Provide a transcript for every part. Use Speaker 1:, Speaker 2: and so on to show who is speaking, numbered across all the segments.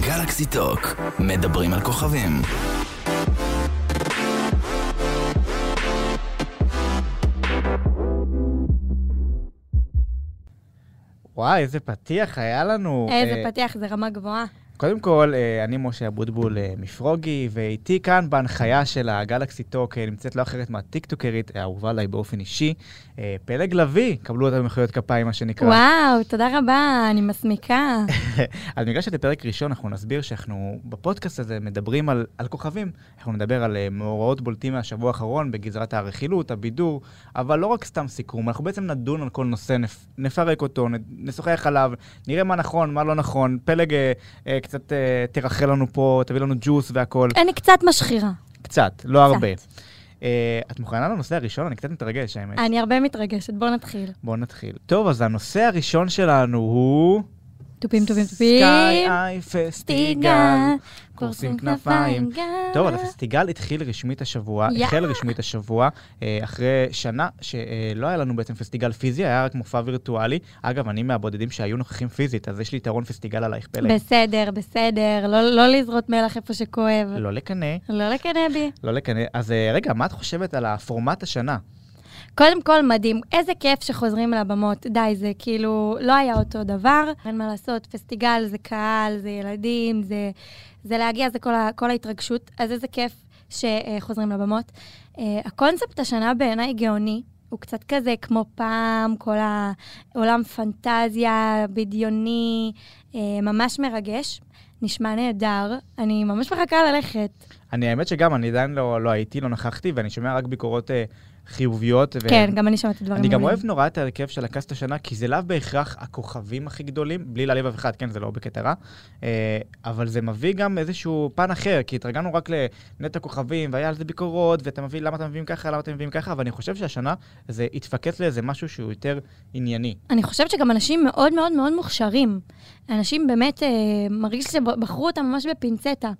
Speaker 1: גלקסי טוק, מדברים על כוכבים.
Speaker 2: וואי, איזה פתיח היה לנו.
Speaker 3: איזה
Speaker 2: אה,
Speaker 3: פתיח, זה רמה גבוהה.
Speaker 2: קודם כל, אה, אני משה אבוטבול אה, מפרוגי, ואיתי כאן בהנחיה של הגלקסי טוק, אה, נמצאת לא אחרת מהטיקטוקרית אה, האהובה עליי באופן אישי, אה, פלג לביא, קבלו אותה במחיאות כפיים, מה שנקרא.
Speaker 3: וואו, תודה רבה, אני מסמיקה.
Speaker 2: אז בגלל שזה פרק ראשון, אנחנו נסביר שאנחנו בפודקאסט הזה מדברים על, על כוכבים. אנחנו נדבר על אה, מאורעות בולטים מהשבוע האחרון בגזרת הרכילות, הבידור, אבל לא רק סתם סיכום, אנחנו בעצם נדון על כל נושא, נפ, נפרק אותו, נ, נשוחח עליו, נראה מה נכון, מה לא נכון. פלג אה, אה, קצת אה, תרחל לנו פה, תביא לנו ג'וס והכול.
Speaker 3: אני קצת משחירה.
Speaker 2: קצת, לא הרבה.
Speaker 3: קצת.
Speaker 2: אה, את מוכנה לנושא הראשון? אני קצת מתרגש, האמת.
Speaker 3: אני הרבה מתרגשת, בואו נתחיל.
Speaker 2: בואו נתחיל. טוב, אז הנושא הראשון שלנו הוא...
Speaker 3: טופים, טופים,
Speaker 2: סקאי
Speaker 3: טופים.
Speaker 2: איי פסטיגל.
Speaker 3: פסטיגל.
Speaker 2: קורסים כנפיים.
Speaker 3: גל.
Speaker 2: טוב, אז הפסטיגל התחיל רשמית השבוע,
Speaker 3: יא.
Speaker 2: החל רשמית השבוע, אה, אחרי שנה שלא היה לנו בעצם פסטיגל פיזי, היה רק מופע וירטואלי. אגב, אני מהבודדים שהיו נוכחים פיזית, אז יש לי יתרון פסטיגל עלייך, פלא.
Speaker 3: בסדר, בסדר, לא- לא לזרות מלח איפה שכואב.
Speaker 2: לא לקנא,
Speaker 3: לא לקנא בי.
Speaker 2: לא לקנא. אז אה, רגע, מה את חושבת על הפורמט השנה?
Speaker 3: קודם כל, מדהים. איזה כיף שחוזרים לבמות. די, זה כאילו, לא היה אותו דבר. אין מה לעשות, פסטיגל זה קהל, זה ילדים, זה, זה להגיע, זה כל, ה, כל ההתרגשות. אז איזה כיף שחוזרים לבמות. אה, הקונספט השנה בעיניי גאוני. הוא קצת כזה כמו פעם, כל העולם פנטזיה, בדיוני, אה, ממש מרגש. נשמע נהדר, אני ממש מחכה ללכת.
Speaker 2: אני, האמת שגם, אני עדיין לא לא הייתי, לא נכחתי, ואני שומע רק ביקורות אה, חיוביות. ו-
Speaker 3: כן, גם אני שמעתי דברים
Speaker 2: אני גם
Speaker 3: מעולים.
Speaker 2: אוהב נורא את ההרכב של הקאסט השנה, כי זה לאו בהכרח הכוכבים הכי גדולים, בלי להעליב אף אחד, כן, זה לא בקטע רע, אה, אבל זה מביא גם איזשהו פן אחר, כי התרגלנו רק לנטע כוכבים, והיה על זה ביקורות, ואתה מביא, למה אתם מביאים ככה, למה אתם מביאים ככה, אבל אני חושב שהשנה זה התפקס לאיזה משהו שהוא יותר ענייני.
Speaker 3: אני חושבת שגם אנשים מאוד מאוד מאוד מוכשרים. אנשים באמת, אה, מרגיש שבחרו אותם ממש בפינצטה.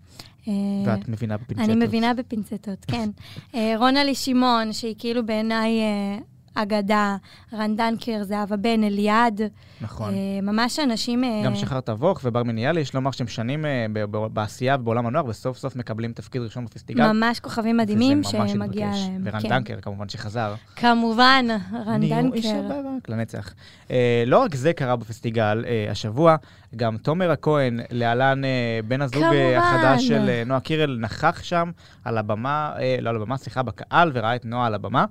Speaker 3: אה,
Speaker 2: ואת מבינה בפינצטות.
Speaker 3: אני מבינה בפינצטות, כן. אה, רונלי שמעון, שהיא כאילו בעיניי אה, אגדה, רן דנקר, זהבה בן, אליעד.
Speaker 2: נכון.
Speaker 3: אה, ממש אנשים... אה,
Speaker 2: גם שחר תבוך ובר מניאלי, יש לומר שהם שנים אה, ב- ב- בעשייה ובעולם הנוער, וסוף סוף מקבלים תפקיד ראשון בפסטיגל.
Speaker 3: ממש כוכבים מדהימים
Speaker 2: וזה ממש
Speaker 3: שמגיע
Speaker 2: התבקש.
Speaker 3: להם.
Speaker 2: ורן
Speaker 3: כן.
Speaker 2: דנקר, כמובן, שחזר.
Speaker 3: כמובן, רן
Speaker 2: אני הוא איש
Speaker 3: דנקר.
Speaker 2: הברק לנצח. אה, לא רק זה קרה בפסטיגל אה, השבוע, גם תומר הכהן, להלן אה, בן הזוג אה,
Speaker 3: כמובן.
Speaker 2: החדש של אה, נועה קירל, נכח שם על הבמה, אה, לא על הבמה, סליחה, בקהל, וראה את נועה על הבמה.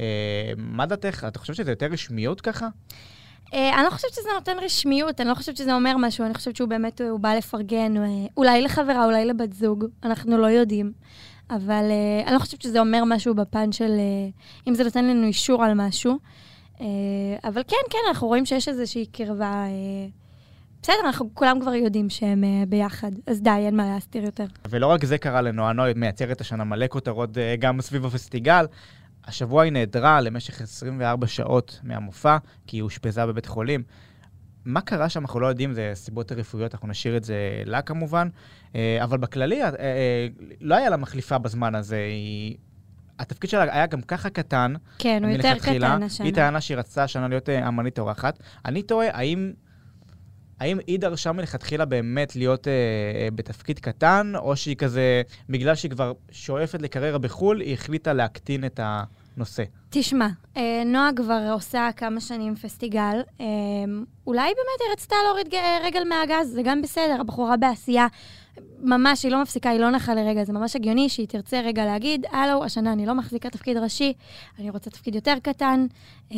Speaker 2: אה, מה דעתך? את חושבת שזה יותר רשמיות ככה?
Speaker 3: אה, אני לא חושבת שזה נותן רשמיות, אני לא חושבת שזה אומר משהו, אני חושבת שהוא באמת, הוא בא לפרגן, אה, אולי לחברה, אולי לבת זוג, אנחנו לא יודעים. אבל אה, אני לא חושבת שזה אומר משהו בפן של, אה, אם זה נותן לנו אישור על משהו. אה, אבל כן, כן, אנחנו רואים שיש איזושהי קרבה. אה, בסדר, אנחנו כולם כבר יודעים שהם אה, ביחד, אז די, אין מה להסתיר יותר.
Speaker 2: ולא רק זה קרה לנועה, נועה מייצרת השנה מלא כותרות אה, גם סביב הפסטיגל. השבוע היא נעדרה למשך 24 שעות מהמופע, כי היא אושפזה בבית חולים. מה קרה שם אנחנו לא יודעים, זה סיבות רפואיות, אנחנו נשאיר את זה לה כמובן. אה, אבל בכללי, אה, אה, לא היה לה מחליפה בזמן הזה. היא... התפקיד שלה היה גם ככה קטן,
Speaker 3: כן, הוא יותר
Speaker 2: מלכתחילה.
Speaker 3: קטן השנה.
Speaker 2: היא טענה שהיא רצתה השנה להיות אה, אמנית אורחת. אני תוהה, האם... האם היא דרשה מלכתחילה באמת להיות אה, אה, בתפקיד קטן, או שהיא כזה, בגלל שהיא כבר שואפת לקריירה בחו"ל, היא החליטה להקטין את הנושא?
Speaker 3: תשמע, אה, נועה כבר עושה כמה שנים פסטיגל. אה, אולי באמת היא רצתה להוריד ג- אה, רגל מהגז, זה גם בסדר, הבחורה בעשייה. ממש, היא לא מפסיקה, היא לא נחה לרגע, זה ממש הגיוני שהיא תרצה רגע להגיד, הלו, השנה אני לא מחזיקה תפקיד ראשי, אני רוצה תפקיד יותר קטן. אה,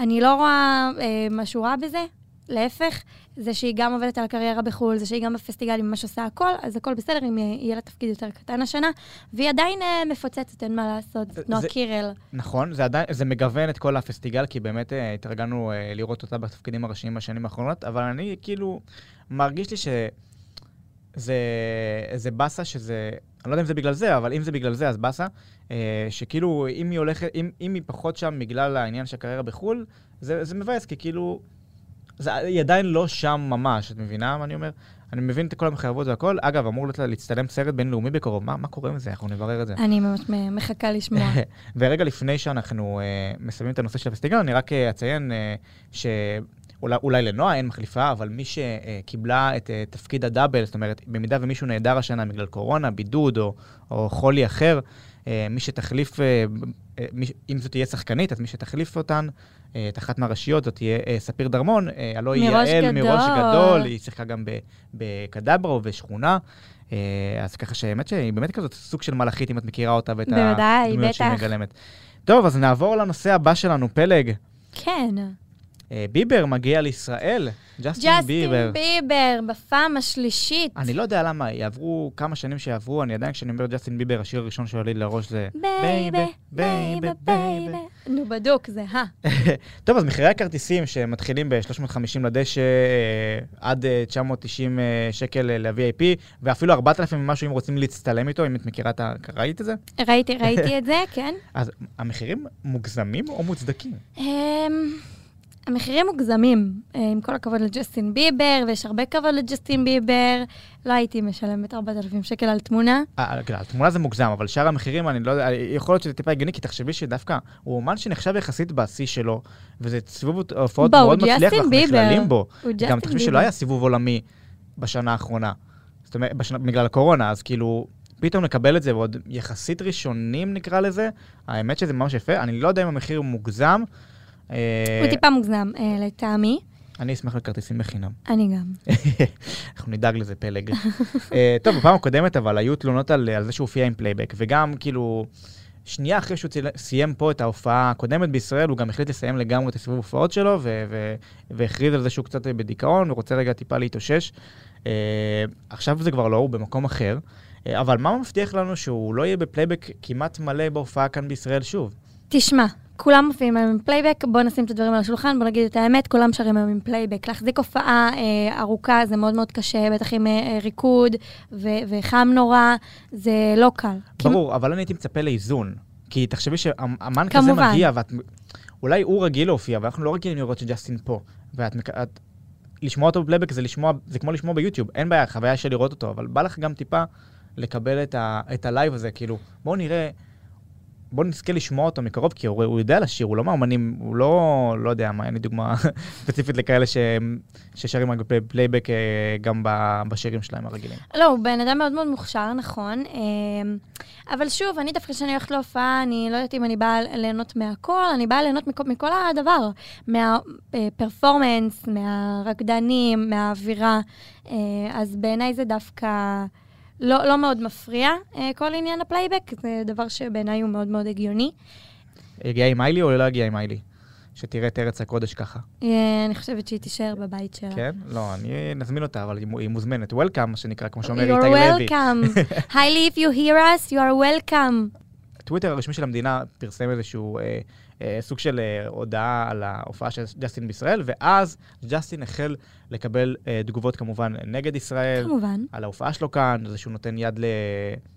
Speaker 3: אני לא רואה אה, משהו רע בזה, להפך, זה שהיא גם עובדת על הקריירה בחו"ל, זה שהיא גם בפסטיגל, היא ממש עושה הכל, אז הכל בסדר אם אה, יהיה לה תפקיד יותר קטן השנה, והיא עדיין אה, מפוצצת, אין מה לעשות,
Speaker 2: זה-
Speaker 3: נועה
Speaker 2: זה-
Speaker 3: קירל.
Speaker 2: נכון, זה, עדיין, זה מגוון את כל הפסטיגל, כי באמת אה, התרגלנו אה, לראות אותה בתפקידים הראשיים בשנים האחרונות, אבל אני כאילו מרגיש לי שזה זה באסה, שזה, אני לא יודע אם זה בגלל זה, אבל אם זה בגלל זה, אז באסה, אה, שכאילו אם היא הולכת, אם, אם היא פחות שם בגלל העניין של הקריירה בחו"ל, זה, זה מבאס, כי כאילו, זה, היא עדיין לא שם ממש, את מבינה מה אני אומר? אני מבין את כל המחויבות והכל. אגב, אמור להיות לה- להצטלם סרט בינלאומי בקרוב, מה, מה קורה עם זה? אנחנו נברר את זה.
Speaker 3: אני ממש מ- מחכה לשמוע.
Speaker 2: ורגע לפני שאנחנו אה, מסיימים את הנושא של הפסטיגל, אני רק אה, אציין אה, ש... אולי, אולי לנועה אין מחליפה, אבל מי שקיבלה את אה, תפקיד הדאבל, זאת אומרת, במידה ומישהו נעדר השנה בגלל קורונה, בידוד או, או חולי אחר, אה, מי שתחליף, אה, אה, מי, ש- אם זאת תהיה שחקנית, אז מי שתחליף אותן, אה, את אחת מהראשיות, זאת תהיה אה, ספיר דרמון, אה, הלוא היא
Speaker 3: מראש
Speaker 2: יעל
Speaker 3: גדול.
Speaker 2: מראש גדול, היא שיחקה גם ב- בקדברה ובשכונה. אה, אז ככה שהאמת שהיא באמת כזאת סוג של מלאכית, אם את מכירה אותה ואת
Speaker 3: בוודאי,
Speaker 2: הדמויות שהיא
Speaker 3: בטח.
Speaker 2: מגלמת. טוב, אז נעבור לנושא הבא שלנו, פלג.
Speaker 3: כן.
Speaker 2: אה, ביבר מגיע לישראל, ג'סטין ביבר.
Speaker 3: ג'סטין ביבר, בפעם השלישית.
Speaker 2: אני לא יודע למה, יעברו כמה שנים שיעברו, אני עדיין כשאני אומר ג'סטין ביבר, השיר הראשון שעולה לי לראש זה...
Speaker 3: בייבי, בייבי, בייבי. נו, בדוק זה, הא.
Speaker 2: טוב, אז מחירי הכרטיסים שמתחילים ב-350 לדשא אה, עד אה, 990 אה, שקל אה, ל-VIP, ואפילו 4,000 ומשהו אם רוצים להצטלם איתו, אם את מכירה את ה... ראית את זה?
Speaker 3: ראיתי, ראיתי את זה, כן.
Speaker 2: אז המחירים מוגזמים או מוצדקים?
Speaker 3: אמ, המחירים מוגזמים, אה, עם כל הכבוד לג'סטין ביבר, ויש הרבה כבוד לג'סטין ביבר. לא הייתי משלמת 4,000 שקל על תמונה.
Speaker 2: אה, כן, התמונה זה מוגזם, אבל שאר המחירים, אני לא יודע, יכול להיות שזה טיפה הגיוני, כי תחשבי שדווקא הוא אומן שנחשב יחסית בשיא שלו, וזה סיבוב הופעות
Speaker 3: בואו,
Speaker 2: מאוד מצליח,
Speaker 3: ג'סטין
Speaker 2: ואנחנו
Speaker 3: ביבר.
Speaker 2: נכללים בו.
Speaker 3: הוא ג'סטין
Speaker 2: גם תחשבי שלא היה סיבוב עולמי בשנה האחרונה, זאת אומרת, בשנה, בגלל הקורונה, אז כאילו, פתאום לקבל את זה, ועוד יחסית ראשונים נקרא לזה, האמת שזה ממש יפה, אני לא יודע אם המחיר הוא מוגזם, אה,
Speaker 3: הוא טיפה מוגזם, אה, לטעמי.
Speaker 2: אני אשמח לכרטיסים בחינם.
Speaker 3: אני גם.
Speaker 2: אנחנו נדאג לזה פלג. אה, טוב, בפעם הקודמת אבל היו תלונות על, על זה שהוא הופיע עם פלייבק, וגם כאילו, שנייה אחרי שהוא ציל, סיים פה את ההופעה הקודמת בישראל, הוא גם החליט לסיים לגמרי את הסיבוב הופעות שלו, ו, ו, והכריז על זה שהוא קצת בדיכאון, הוא רוצה רגע טיפה להתאושש. אה, עכשיו זה כבר לא, הוא במקום אחר. אה, אבל מה מבטיח לנו שהוא לא יהיה בפלייבק כמעט מלא בהופעה כאן בישראל שוב?
Speaker 3: תשמע, כולם מופיעים היום עם פלייבק, בוא נשים את הדברים על השולחן, בוא נגיד את האמת, כולם שרים היום עם פלייבק. להחזיק הופעה אה, ארוכה זה מאוד מאוד קשה, בטח עם אה, אה, ריקוד ו- וחם נורא, זה לא קל.
Speaker 2: ברור, אבל אני הייתי מצפה לאיזון. כי תחשבי שאמן כזה
Speaker 3: כמובן.
Speaker 2: מגיע, ואת... אולי הוא רגיל להופיע, אבל אנחנו לא רגילים לראות שג'סטין פה. ואת... מק- את... לשמוע אותו בפלייבק זה, לשמוע... זה כמו לשמוע ביוטיוב, אין בעיה, חוויה של לראות אותו, אבל בא לך גם טיפה לקבל את, ה... את הלייב הזה, כאילו, בואו נראה, בואו נזכה לשמוע אותו מקרוב, כי הוא, הוא יודע לשיר, הוא לא מאמנים, הוא לא, לא יודע מה, אין לי דוגמה ספציפית לכאלה ש... ששרים רק בפלייבק אה, גם ב... בשירים שלהם הרגילים.
Speaker 3: לא, הוא בן אדם מאוד מאוד מוכשר, נכון. אמ, אבל שוב, אני דווקא כשאני הולכת להופעה, אני לא יודעת אם אני באה ליהנות מהכל, אני באה ליהנות מכל, מכל הדבר. מהפרפורמנס, מהרקדנים, מהאווירה. אה, אז בעיניי זה דווקא לא, לא מאוד מפריע, אה, כל עניין הפלייבק. זה דבר שבעיניי הוא מאוד מאוד הגיוני.
Speaker 2: הגיע עם איילי או לא הגיע עם איילי? שתראה את ארץ הקודש ככה.
Speaker 3: אה, אני חושבת שהיא תישאר בבית שלה.
Speaker 2: כן? לא, אני נזמין אותה, אבל היא מו- היא מוזמנת. Welcome, מה שנקרא, כמו שאומר
Speaker 3: You're
Speaker 2: איתי לוי.
Speaker 3: welcome. הילי, if you hear us, you are welcome.
Speaker 2: הטוויטר הרשמי של המדינה פרסם איזשהו אה, אה, סוג של אה, הודעה על ההופעה של ג'סטין בישראל, ואז ג'סטין החל לקבל אה, תגובות כמובן נגד ישראל.
Speaker 3: כמובן.
Speaker 2: על ההופעה שלו כאן, זה שהוא נותן יד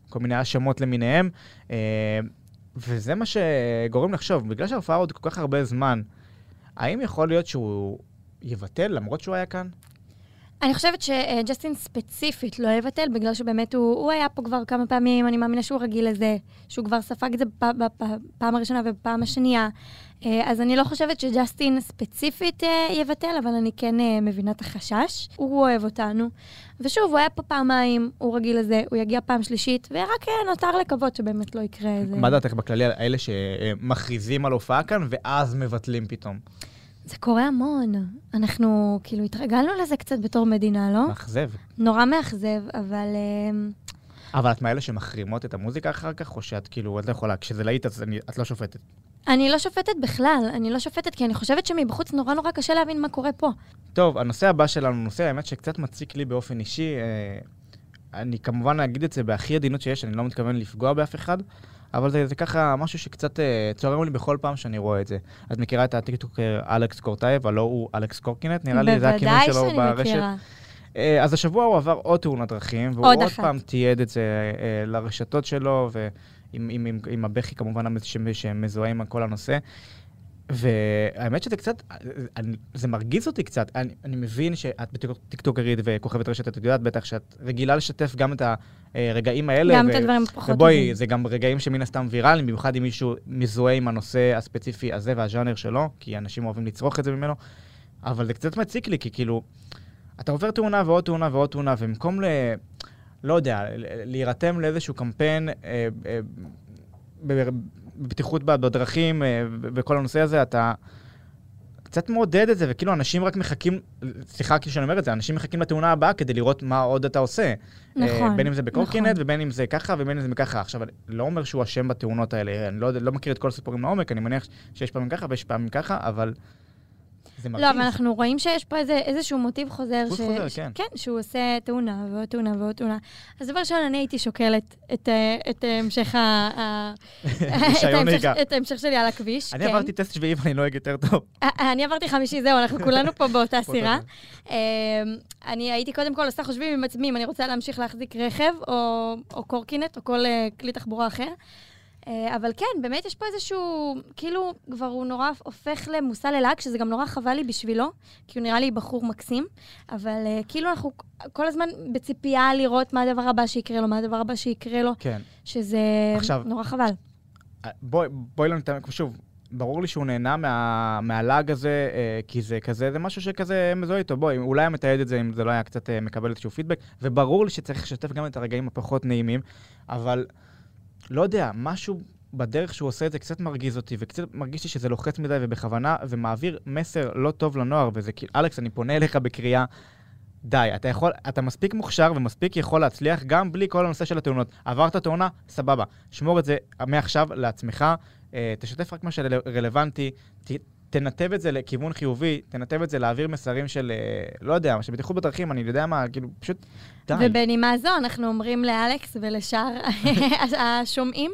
Speaker 2: לכל מיני האשמות למיניהם. אה, וזה מה שגורם לחשוב, בגלל שההופעה עוד כל כך הרבה זמן, האם יכול להיות שהוא יבטל למרות שהוא היה כאן?
Speaker 3: אני חושבת שג'סטין ספציפית לא יבטל, בגלל שבאמת הוא, הוא היה פה כבר כמה פעמים, אני מאמינה שהוא רגיל לזה, שהוא כבר ספג את זה בפ- בפ- בפעם הראשונה ובפעם השנייה. אה, אז אני לא חושבת שג'סטין ספציפית אה, יבטל, אבל אני כן אה, מבינה את החשש. הוא אוהב אותנו. ושוב, הוא היה פה פעמיים, הוא רגיל לזה, הוא יגיע פעם שלישית, ורק אה, נותר לקוות שבאמת לא יקרה איזה...
Speaker 2: מה דעתך בכללי על אלה שמכריזים על הופעה כאן ואז מבטלים פתאום?
Speaker 3: זה קורה המון. אנחנו כאילו התרגלנו לזה קצת בתור מדינה, לא?
Speaker 2: מאכזב.
Speaker 3: נורא מאכזב, אבל... אה,
Speaker 2: אבל את מאלה שמחרימות את המוזיקה אחר כך, או שאת כאילו, את לא יכולה, כשזה להיט אז אני- את לא שופטת.
Speaker 3: אני לא שופטת בכלל, אני לא שופטת כי אני חושבת שמבחוץ נורא נורא קשה להבין מה קורה פה.
Speaker 2: טוב, הנושא הבא שלנו, נושא האמת שקצת מציק לי באופן אישי, אה, אני כמובן אגיד את זה בהכי עדינות שיש, אני לא מתכוון לפגוע באף אחד, אבל זה, זה ככה משהו שקצת אה, צורם לי בכל פעם שאני רואה את זה. את מכירה את הטיקטוקר אלכס קורטייב, הלא הוא אלכס קורקינט, נראה לי זה הכינוי
Speaker 3: בוודאי
Speaker 2: שלו
Speaker 3: שאני
Speaker 2: ברשת.
Speaker 3: מכירה.
Speaker 2: אה, אז השבוע הוא עבר עוד תאונת דרכים, והוא
Speaker 3: עוד
Speaker 2: עוד, עוד
Speaker 3: אחת.
Speaker 2: פעם תיעד את זה אה, לרשתות שלו, ועם עם, עם, עם הבכי כמובן המז- שמ- שמזוהה עם כל הנושא. והאמת שזה קצת, אני, זה מרגיז אותי קצת. אני, אני מבין שאת בטיקטוק- טיקטוקרית וכוכבת רשת, את יודעת בטח שאת רגילה לשתף גם את הרגעים האלה.
Speaker 3: גם את
Speaker 2: ו-
Speaker 3: הדברים הפחות
Speaker 2: ובואי,
Speaker 3: טובים.
Speaker 2: זה גם רגעים שמן הסתם ויראליים, במיוחד אם מישהו מזוהה עם הנושא הספציפי הזה והז'אנר שלו, כי אנשים אוהבים לצרוך את זה ממנו. אבל זה קצת מציק לי, כי כאילו, אתה עובר תאונה ועוד תאונה ועוד תאונה, ובמקום ל... לא יודע, ל- להירתם לאיזשהו קמפיין אה, אה, ב- בבטיחות בדרכים אה, וכל הנושא הזה, אתה קצת מעודד את זה, וכאילו אנשים רק מחכים, סליחה כאילו שאני אומר את זה, אנשים מחכים לתאונה הבאה כדי לראות מה עוד אתה עושה. אה,
Speaker 3: נכון,
Speaker 2: בין אם זה בקורקינט,
Speaker 3: נכון.
Speaker 2: ובין אם זה ככה, ובין אם זה ככה. עכשיו, אני לא אומר שהוא אשם בתאונות האלה, אני לא, יודע- לא מכיר את כל הסיפורים לעומק, אני מניח שיש פעמים ככה ויש פעמים ככה, אבל זה מרגיש.
Speaker 3: לא, אבל אנחנו רואים שיש פה איזה, איזשהו מוטיב חוזר.
Speaker 2: מוטיב חוזר, כן.
Speaker 3: כן, שהוא עושה תאונה ועוד תאונה ועוד תאונה. אז דבר ראשון, אני הייתי שוקלת את, אה, את אה, המשך ה... ה- את
Speaker 2: רישיון
Speaker 3: ההמשך-
Speaker 2: נהיגה.
Speaker 3: את ההמשך שלי על הכביש,
Speaker 2: אני
Speaker 3: כן.
Speaker 2: עברתי טסט שביעי ואני נוהג יותר טוב.
Speaker 3: אה, אני עברתי חמישי, זהו, אנחנו כולנו פה באותה
Speaker 2: באותו
Speaker 3: סירה. אמ, אני הייתי קודם כל עושה חושבים עם עצמי אם אני רוצה להמשיך להחזיק רכב או, או קורקינט או כל אה, כלי תחבורה אחר. אה, אבל כן, באמת יש פה איזשהו, כאילו, כבר הוא נורא הופך למושא ללעג, שזה גם נורא חבל לי בשבילו, כי הוא נראה לי בחור מקסים, אבל אה, כאילו אנחנו כל הזמן בציפייה לראות מה הדבר הבא שיקרה לו, מה הדבר הבא שיקרה לו,
Speaker 2: כן.
Speaker 3: שזה
Speaker 2: עכשיו-
Speaker 3: נורא חבל.
Speaker 2: אה, בואי, בואי לא נתעמק, שוב, ברור לי שהוא נהנה מה, מהלעג הזה, אה, כי זה כזה, זה משהו שכזה מזוהה איתו. בואי, אולי היה מתעד את זה אם זה לא היה קצת אה, מקבל איזשהו פידבק, וברור לי שצריך לשתף גם את הרגעים הפחות נעימים, אבל לא יודע, משהו בדרך שהוא עושה את זה קצת מרגיז אותי, וקצת מרגיש לי שזה לוחץ מדי ובכוונה, ומעביר מסר לא טוב לנוער, וזה כאילו, אלכס, אני פונה אליך בקריאה. די, אתה יכול, אתה מספיק מוכשר ומספיק יכול להצליח גם בלי כל הנושא של התאונות. עברת תאונה, סבבה. שמור את זה מעכשיו לעצמך, אה, תשתף רק מה שרלוונטי, ת, תנתב את זה לכיוון חיובי, תנתב את זה להעביר מסרים של, אה, לא יודע, של בטיחות בדרכים, אני יודע מה, כאילו, פשוט, די.
Speaker 3: ובנימה זו אנחנו אומרים לאלכס ולשאר השומעים,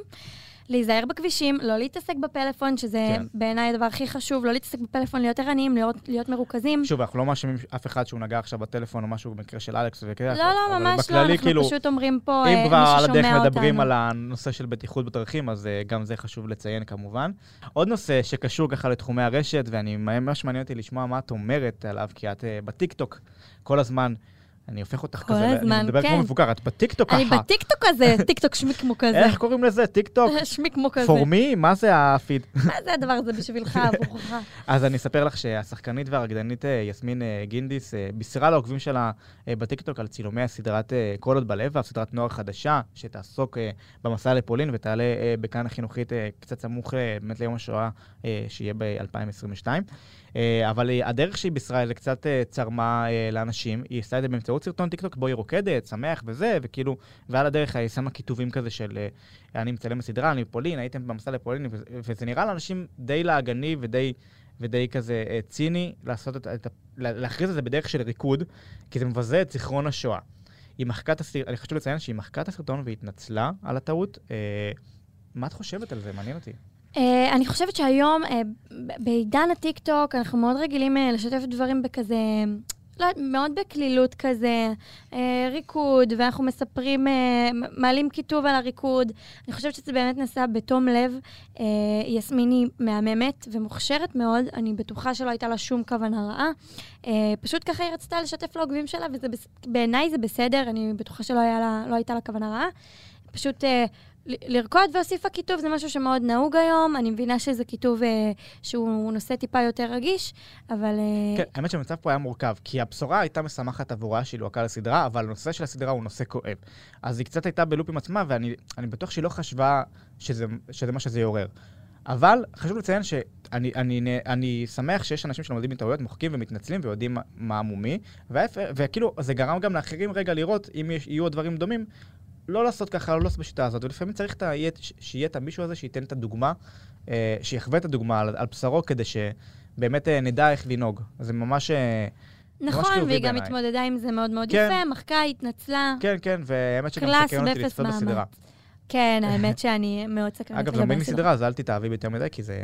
Speaker 3: להיזהר בכבישים, לא להתעסק בפלאפון, שזה
Speaker 2: כן.
Speaker 3: בעיניי הדבר הכי חשוב, לא להתעסק בפלאפון, להיות ערניים, להיות, להיות מרוכזים.
Speaker 2: שוב, אנחנו לא מאשימים אף אחד שהוא נגע עכשיו בטלפון או משהו במקרה של אלכס וכאלה.
Speaker 3: לא, לא,
Speaker 2: אבל
Speaker 3: ממש לא,
Speaker 2: בכללי,
Speaker 3: אנחנו
Speaker 2: כאילו,
Speaker 3: פשוט אומרים פה, אה,
Speaker 2: אם
Speaker 3: מי
Speaker 2: כבר על הדרך
Speaker 3: ששומע אותנו.
Speaker 2: מדברים על הנושא של בטיחות בדרכים, אז אה, גם זה חשוב לציין כמובן. עוד נושא שקשור ככה לתחומי הרשת, ואני ממש מעניין אותי לשמוע מה את אומרת עליו, כי את אה, בטיקטוק כל הזמן, אני הופך אותך
Speaker 3: כל
Speaker 2: כזה,
Speaker 3: הזמן,
Speaker 2: אני מדבר כמו
Speaker 3: כן.
Speaker 2: מבוגר, את בטיקטוק
Speaker 3: אני
Speaker 2: ככה.
Speaker 3: בטיקטוק הזה, טיקטוק שמי כמו כזה.
Speaker 2: איך קוראים לזה? טיקטוק?
Speaker 3: שמי כמו כזה.
Speaker 2: for me? מה זה הפיד?
Speaker 3: מה זה הדבר הזה בשבילך, עבורך?
Speaker 2: אז אני אספר לך שהשחקנית והרקדנית אה, יסמין אה, גינדיס אה, בישרה לעוקבים שלה אה, בטיקטוק על צילומי הסדרת אה, כל עוד בלב, הסדרת נוער חדשה, שתעסוק אה, במסע לפולין ותעלה אה, בכאן החינוכית אה, קצת סמוך אה, באמת ליום השואה אה, שיהיה ב-2022. אבל אה, הדרך שהיא בישרה זה קצת אה, צרמה אה, לאנשים. היא עשתה את זה באמצעות סרטון טיקטוק, בו היא רוקדת, שמח וזה, וכאילו, ועל הדרך היא שמה כיתובים כזה של אה, אני מצלם סדרה, אני בפולין, הייתם במסע לפולין, וזה- וזה נראה לאנשים די לעגני ודי... ודי כזה אה, ציני לעשות את, את ה- לה- להכריז על זה בדרך של ריקוד, כי זה מבזה את זיכרון השואה. היא מחקה את הסרטון, אני חשוב לציין שהיא מחקה את הסרטון והתנצלה על הטעות. אה, מה את חושבת על זה? מעניין אותי.
Speaker 3: אה, אני חושבת שהיום, אה, ב- בעידן הטיקטוק, אנחנו מאוד רגילים אה, לשתף דברים בכזה, לא יודעת, מאוד בקלילות כזה, אה, ריקוד, ואנחנו מספרים, אה, מ- מעלים כיתוב על הריקוד. אני חושבת שזה באמת נעשה בתום לב. אה, יסמין היא מהממת ומוכשרת מאוד, אני בטוחה שלא הייתה לה שום כוונה רעה. אה, פשוט ככה היא רצתה לשתף לעוגבים שלה, ובעיניי זה בסדר, אני בטוחה שלא היה לה, לא הייתה לה כוונה רעה. פשוט אה, ל- לרקוד והוסיפה כיתוב זה משהו שמאוד נהוג היום, אני מבינה שזה כיתוב אה, שהוא נושא טיפה יותר רגיש, אבל... אה,
Speaker 2: כן, האמת שהמצב פה היה מורכב, כי הבשורה הייתה משמחת עבורה שהיא לוהקה לסדרה, אבל הנושא של הסדרה הוא נושא כואב. אז היא קצת הייתה בלופ עם עצמה, ואני אני בטוח שהיא לא חשבה שזה, שזה מה שזה יעורר. אבל חשוב לציין שאני אני, אני, אני שמח שיש אנשים שלומדים מטעויות, מוחקים ומתנצלים ויודעים מה- מה מומי, וההפך- וכאילו זה גרם גם לאחרים רגע לראות אם יש, יהיו עוד דברים דומים, לא לעשות ככה, לא לעשות בשיטה הזאת, ולפעמים צריך את ה- יהיה- ש- שיהיה את המישהו הזה שייתן את הדוגמה, אה, שיחווה את הדוגמה על, על בשרו כדי ש... באמת אה, נדע איך לנהוג. זה ממש... אה, ממש
Speaker 3: נכון,
Speaker 2: חיובי
Speaker 3: והיא גם
Speaker 2: בעיניי.
Speaker 3: התמודדה עם זה מאוד מאוד
Speaker 2: כן.
Speaker 3: יפה, מחקה, התנצלה.
Speaker 2: כן, כן, והאמת שגם
Speaker 3: קלאס
Speaker 2: סקרן אותי
Speaker 3: באפס כן,
Speaker 2: לצפות
Speaker 3: מאמץ.
Speaker 2: בסדרה.
Speaker 3: כן, האמת שאני מאוד סקרנית
Speaker 2: אגב, זו מיני סדרה, אז אל תתאהבי יותר מדי, כי זה,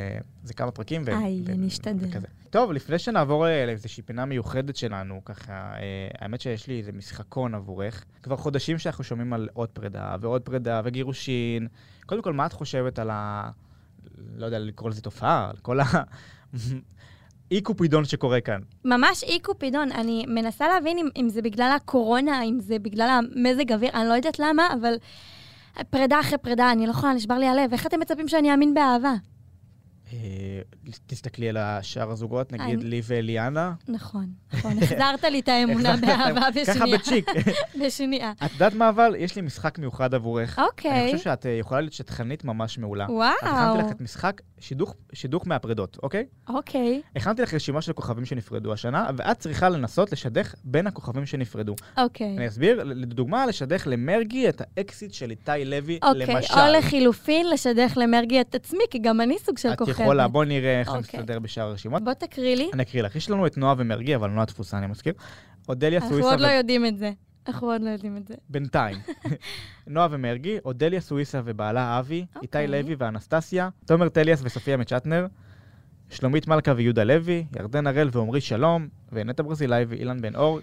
Speaker 2: זה כמה פרקים. ו-
Speaker 3: איי,
Speaker 2: ו-
Speaker 3: אני אשתדל.
Speaker 2: וכזה. טוב, לפני שנעבור אה, לאיזושהי פינה מיוחדת שלנו, ככה, אה, האמת שיש לי איזה משחקון עבורך. כבר חודשים שאנחנו שומעים על עוד פרידה ועוד פרידה וגירושין. קודם כל, מה את חושבת על ה... לא יודע לקרוא לזה תופעה, על כל ה... אי קופידון שקורה כאן.
Speaker 3: ממש אי קופידון, אני מנסה להבין אם, אם זה בגלל הקורונה, אם זה בגלל המזג אוויר, אני לא יודעת למה, אבל פרידה אחרי פרידה, אני לא יכולה, נשבר לי הלב. איך אתם מצפים שאני אאמין באהבה?
Speaker 2: אה, אה, תסתכלי על השאר הזוגות, נגיד
Speaker 3: אני-
Speaker 2: לי ואליאנה.
Speaker 3: נכון, נכון. החזרת לי את האמונה
Speaker 2: החזרת להם-
Speaker 3: באהבה
Speaker 2: ככה
Speaker 3: בשנייה.
Speaker 2: בצ'יק.
Speaker 3: בשנייה.
Speaker 2: את יודעת מה אבל? יש לי משחק מיוחד עבורך. אני
Speaker 3: אוקיי.
Speaker 2: חושב שאת אה, יכולה להיות שטחנית ממש מעולה. אז
Speaker 3: וואו.
Speaker 2: הכנתי לך את משחק שידוך- שידוך מהפרדות, אוקיי?
Speaker 3: אוקיי,
Speaker 2: הכנתי לך רשימה של כוכבים שנפרדו השנה, ואת צריכה לנסות לשדך בין הכוכבים שנפרדו.
Speaker 3: אוקיי.
Speaker 2: אני אסביר, לדוגמה, לשדך למרגי את האקסיט של איתי לוי,
Speaker 3: אוקיי,
Speaker 2: למשל.
Speaker 3: או לחילופין, לשדך למרגי את עצמי, כי גם אני סוג של
Speaker 2: את
Speaker 3: כוכבת.
Speaker 2: יכולה, בואי נראה איך
Speaker 3: אוקיי.
Speaker 2: נסתדר בשאר הרשימות.
Speaker 3: בוא תקריא לי.
Speaker 2: אני אקריא לך. יש לנו את נועה ומרגי, אבל נועה תפוסה, אני מזכיר. אודליה
Speaker 3: אנחנו
Speaker 2: סויסה
Speaker 3: עוד לא יודעים את זה. אנחנו עוד לא יודעים את זה.
Speaker 2: בינתיים. נועה ומרגי, אודליה סויסה ובעלה אבי, איתי
Speaker 3: אוקיי.
Speaker 2: לוי ואנסטסיה, תומר טליאס וסופיה מצ'טנר, שלומית מלכה ויהודה לוי, ירדן הראל ועמרי שלום, ונטע ברזילי ואילן בן אור.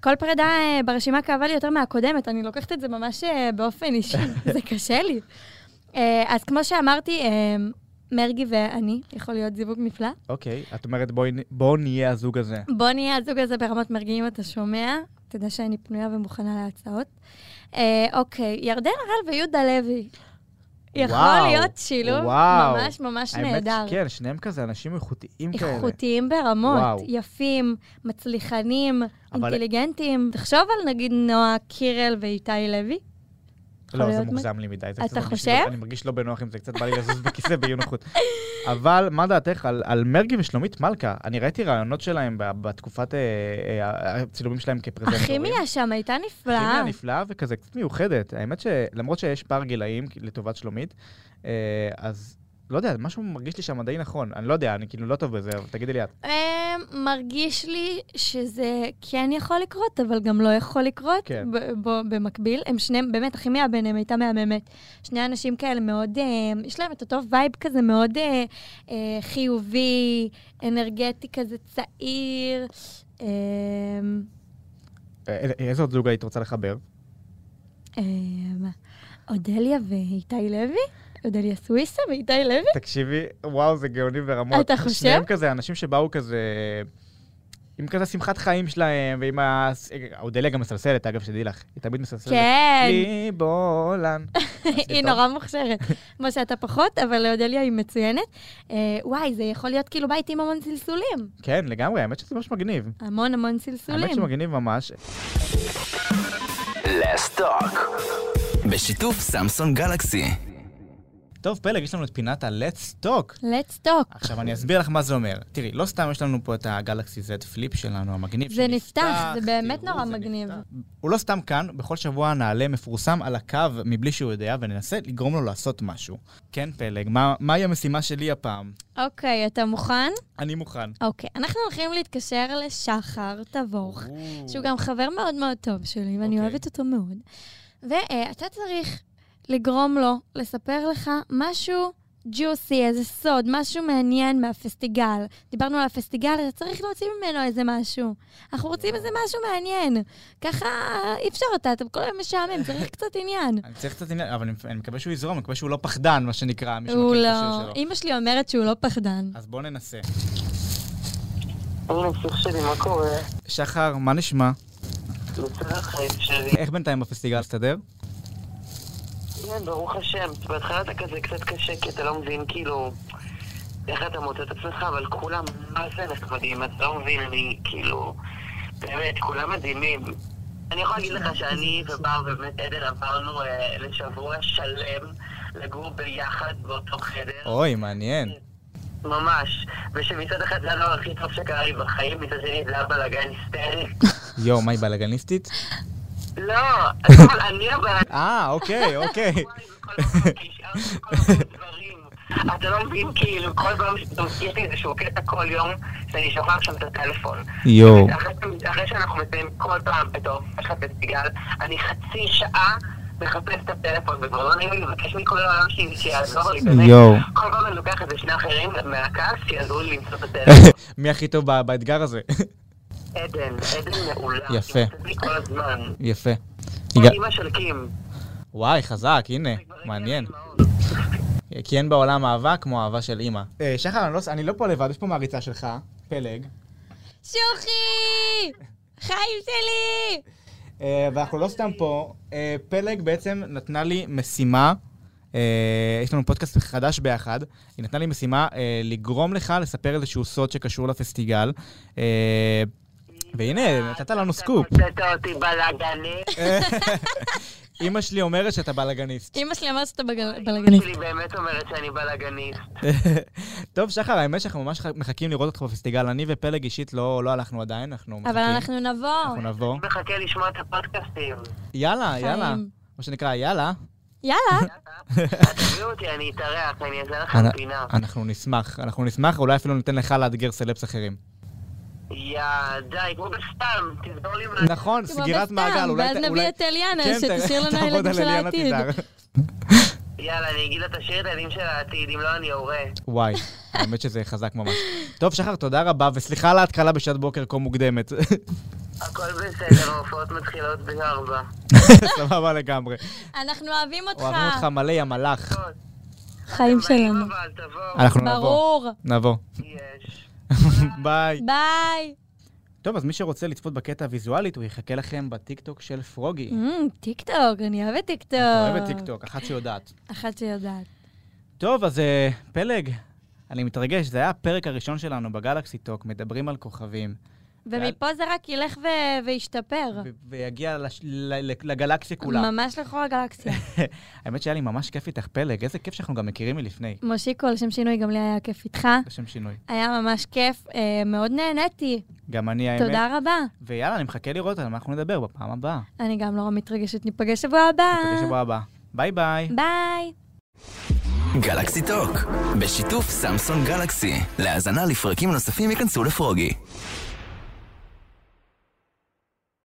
Speaker 3: כל פרידה אה, ברשימה כאבה לי יותר מהקודמת, אני לוקחת את זה ממש אה, באופן אישי, זה קשה לי. אה, אז כמו שאמרתי, אה, מרגי ואני, יכול להיות זיווג נפלא.
Speaker 2: אוקיי, את אומרת בואי נ- בואו נהיה הזוג הזה.
Speaker 3: בוא נהיה הזוג הזה ברמת מרגי, אם אתה שומע. תדע שאני פנויה ומוכנה להצעות. אה, אוקיי, ירדן הרל ויהודה לוי. יכול
Speaker 2: וואו,
Speaker 3: להיות שילוב
Speaker 2: וואו.
Speaker 3: ממש ממש
Speaker 2: האמת
Speaker 3: נהדר.
Speaker 2: שכן, שניהם כזה אנשים איכותיים כאלה.
Speaker 3: איכותיים ברמות,
Speaker 2: כן. וואו.
Speaker 3: יפים, מצליחנים,
Speaker 2: אבל-
Speaker 3: אינטליגנטים. תחשוב על נגיד נועה קירל ואיתי לוי. יכול
Speaker 2: לא, זה
Speaker 3: להיות מ-
Speaker 2: מוגזם לי מדי. זה
Speaker 3: אתה
Speaker 2: קצת מרגיש לי-
Speaker 3: חושב?
Speaker 2: אני מרגיש לא בנוח עם זה, קצת בא לי לזוז בכיסא באי נוחות. אבל מה דעתך על- על מרגי ושלומית מלכה? אני ראיתי רעיונות שלהם ב- בתקופת אה, אה, הצילומים שלהם כפרזנטורים.
Speaker 3: הכימיה שם הייתה
Speaker 2: כימיה
Speaker 3: נפלאה.
Speaker 2: נפלאה וכזה קצת מיוחדת. האמת שלמרות שיש פער גילאים לטובת שלומית, אה, אז לא יודע, משהו מרגיש לי שם די נכון. אני לא יודע, אני כאילו לא טוב בזה, אבל תגידי לי את.
Speaker 3: אה, מרגיש לי שזה כן יכול לקרות, אבל גם לא יכול לקרות
Speaker 2: כן.
Speaker 3: ב- ב- במקביל. הם שניהם, באמת, הכימיה ביניהם הייתה מהממת. שני אנשים כאלה מאוד, אה, יש להם את אותו וייב כזה מאוד אה, אה, חיובי, אנרגטי כזה צעיר. אה,
Speaker 2: אה, אה, איזה עוד זוג היית רוצה לחבר?
Speaker 3: אה, מה? אודליה ואיתי לוי? אודליה סוויסה ואיתי לוי?
Speaker 2: תקשיבי, וואו, זה גאוני ברמות.
Speaker 3: אתה חושב?
Speaker 2: שניהם כזה, אנשים שבאו כזה... עם כזה שמחת חיים שלהם, ועם ה... אודליה גם מסלסלת, אגב, שתדעי לך. היא תמיד מסלסלת.
Speaker 3: כן.
Speaker 2: ליבולן.
Speaker 3: היא נורא מוכשרת, כמו שאתה פחות, אבל לאודליה היא מצוינת. אה, וואי, זה יכול להיות כאילו בית עם המון סלסולים.
Speaker 2: כן, לגמרי, האמת שזה ממש מגניב.
Speaker 3: המון המון סלסולים.
Speaker 2: האמת שמגניב ממש.
Speaker 1: בשיתוף סמסון גלקסי.
Speaker 2: טוב, פלג, יש לנו את פינת ה-Let's Talk.
Speaker 3: Let's talk.
Speaker 2: עכשיו, אני אסביר לך מה זה אומר. תראי, לא סתם יש לנו פה את הגלקסי Z פליפ שלנו, המגניב.
Speaker 3: זה
Speaker 2: שנפתח,
Speaker 3: נפתח, זה באמת
Speaker 2: תראו,
Speaker 3: נורא
Speaker 2: זה
Speaker 3: מגניב.
Speaker 2: נפתח. הוא לא סתם כאן, בכל שבוע נעלה מפורסם על הקו מבלי שהוא יודע, וננסה לגרום לו לעשות משהו. כן, פלג, מה- מהי המשימה שלי הפעם?
Speaker 3: אוקיי, אתה מוכן?
Speaker 2: אני מוכן.
Speaker 3: אוקיי. אנחנו הולכים להתקשר לשחר תבורך, שהוא גם חבר מאוד מאוד טוב שלי, ואני
Speaker 2: אוקיי.
Speaker 3: אוהבת אותו מאוד. ואתה צריך לגרום לו לספר לך משהו ג'וסי, איזה סוד, משהו מעניין מהפסטיגל. דיברנו על הפסטיגל, אתה צריך להוציא ממנו איזה משהו. אנחנו רוצים איזה משהו מעניין. ככה אי אפשר אתה, אתם כל היום משעמם, צריך קצת עניין.
Speaker 2: אני צריך קצת עניין, אבל אני- אני מקווה שהוא יזרום, אני מקווה שהוא לא פחדן, מה שנקרא, מי
Speaker 3: הוא
Speaker 2: שמכיר את השיר
Speaker 3: לא...
Speaker 2: שלו.
Speaker 3: אימא שלי אומרת שהוא לא פחדן.
Speaker 2: אז בואו ננסה.
Speaker 4: הנה, סיר לא שלי, מה קורה?
Speaker 2: שחר, מה נשמע?
Speaker 4: יוצא החיים שלי.
Speaker 2: איך בינתיים בפסטיגל הסתדר?
Speaker 4: כן, ברוך השם. בהתחלה אתה כזה קצת קשה, כי אתה לא מבין, כאילו, איך אתה מוצא את עצמך, אבל כולם, מה זה נחמדים? אתה לא מבין, אני, כאילו, באמת, כולם מדהימים. אני יכולה להגיד לך שאני ובר ובאמת עדן עברנו אה, לשבוע שלם לגור ביחד באותו חדר.
Speaker 2: אוי, מעניין.
Speaker 4: ממש. ושמצד אחד זה הדבר הכי טוב שקרה לי בחיים, מצד שני זה היה בלאגן היסטרי.
Speaker 2: יואו, מה היא בלאגניסטית?
Speaker 4: לא, אבל אני הבעיה.
Speaker 2: אה, אוקיי, אוקיי.
Speaker 4: וואי, וכל הזמן השארתי כל הזמן דברים. אתה לא מבין, כאילו, כל פעם ש- יש לי איזשהו קטע כל יום, שאני שוכח שם את הטלפון.
Speaker 2: יואו.
Speaker 4: אחרי ש- אחרי שאנחנו מסיימים כל פעם את ההופעה של הפסטיגל, אני חצי שעה מחפש את הטלפון, וכבר לא נעים לי לבקש מכל העולם ש- שיעזור לי, באמת.
Speaker 2: יואו.
Speaker 4: כל פעם אני לוקח איזה שני אחרים מהכעס, שיעזרו לי למצוא את הטלפון.
Speaker 2: מי הכי טוב ב- באתגר הזה?
Speaker 4: עדן, עדן מעולה.
Speaker 2: יפה.
Speaker 4: היא נותנת לי כל הזמן.
Speaker 2: יפה.
Speaker 4: היא אימא של קים.
Speaker 2: וואי, חזק, הנה,
Speaker 4: כבר הגיעה
Speaker 2: מעניין.
Speaker 4: למעון.
Speaker 2: כיהן בעולם אהבה כמו אהבה של אימא. שחר, אני לא- אני לא פה לבד, יש פה מעריצה שלך, פלג,
Speaker 3: שוחי! חיים שלי!
Speaker 2: אה, ואנחנו לא סתם פה. אה, פלג בעצם נתנה לי משימה אה, יש לנו פודקאסט חדש ביחד. היא נתנה לי משימה אה, לגרום לך לספר איזשהו סוד שקשור לפסטיגל. אה, והנה, נתת לנו סקופ.
Speaker 4: אה, הוצאת אותי בלאגנית.
Speaker 2: אימא שלי אומרת שאתה בלאגניסט.
Speaker 3: אימא שלי אמרת שאתה בגל-
Speaker 4: אמא
Speaker 3: אה, בלאגנית. אה.
Speaker 4: שלי באמת אומרת שאני בלאגניסט.
Speaker 2: טוב, שחר, האמת שאנחנו ממש מחכים לראות אותך בפסטיגל. אני ופלג אישית לא לא הלכנו עדיין, אנחנו מחכים.
Speaker 3: אבל אנחנו נבוא.
Speaker 2: אנחנו נבוא.
Speaker 4: מחכה לשמוע את הפודקאסטים.
Speaker 2: יאללה, יאללה.
Speaker 3: אוקיי. חיים.
Speaker 2: מה שנקרא, יאללה.
Speaker 3: יאללה.
Speaker 4: תביאו אותי, אני אתארח, אני אעשה לכם
Speaker 2: אנ-
Speaker 4: פינה.
Speaker 2: אנחנו נשמח, אנחנו נשמח, אולי אפילו ניתן לך לאתגר סלבס אחרים.
Speaker 4: יא, די, כמו בסתם, תסגור לי מה...
Speaker 2: נכון,
Speaker 3: כמו
Speaker 2: סגירת
Speaker 3: בסתם,
Speaker 2: מעגל, אולי...
Speaker 3: ואז
Speaker 2: ת-
Speaker 3: נביא
Speaker 2: אולי-
Speaker 3: את אליאנה,
Speaker 2: כן, ת-
Speaker 3: שתשאיר לנו
Speaker 2: תעבוד
Speaker 3: הילדים
Speaker 2: על
Speaker 3: של
Speaker 2: אליאנה
Speaker 3: העתיד.
Speaker 2: תדהר.
Speaker 4: יאללה, אני אגיד לה, תשאיר את הילדים של העתיד, אם לא, אני הורה.
Speaker 2: וואי, האמת שזה חזק ממש. טוב, שחר, תודה רבה, וסליחה על ההתקלה בשעת בוקר כה מוקדמת.
Speaker 4: הכל בסדר, ההופעות מתחילות בארבע.
Speaker 2: סבבה לגמרי.
Speaker 3: אנחנו אוהבים אותך.
Speaker 2: אוהבים אותך מלא, יא מלאך.
Speaker 3: חיים
Speaker 4: אתם באים,
Speaker 3: שלנו.
Speaker 4: אבל תבואו.
Speaker 2: אנחנו נבוא.
Speaker 3: ברור.
Speaker 2: נבוא.
Speaker 4: יש.
Speaker 2: ביי.
Speaker 3: ביי.
Speaker 2: טוב, אז מי שרוצה לצפות בקטע הוויזואלית, הוא יחכה לכם בטיקטוק של פרוגי.
Speaker 3: אמ, טיקטוק, אני אוהבת טיקטוק.
Speaker 2: אוהבת טיקטוק, אחת שיודעת.
Speaker 3: אחת שיודעת.
Speaker 2: טוב, אז אה, פלג, אני מתרגש, זה היה הפרק הראשון שלנו בגלקסי טוק, מדברים על כוכבים,
Speaker 3: ומפה זה רק ילך ו- וישתפר.
Speaker 2: ו- ויגיע לש- ל- ל- לגלקסיה כולה.
Speaker 3: ממש לכל הגלקסיה.
Speaker 2: האמת שהיה לי ממש כיף איתך, פלג, איזה כיף שאנחנו גם מכירים מלפני,
Speaker 3: מושיקו, לשם שינוי, גם לי היה כיף איתך.
Speaker 2: לשם שינוי.
Speaker 3: היה ממש כיף, אה, מאוד נהניתי.
Speaker 2: גם אני, האמת.
Speaker 3: תודה רבה.
Speaker 2: ויאללה, אני מחכה לראות על מה אנחנו נדבר בפעם הבאה.
Speaker 3: אני גם נורא מתרגשת, ניפגש שבוע הבא.
Speaker 2: נתראה שבוע הבא. ביי ביי.
Speaker 3: ביי.
Speaker 1: גלקסי טוק, בשיתוף סמסון גלקסי. להאזנה לפרקים נוספים ייכנסו לפרוגי.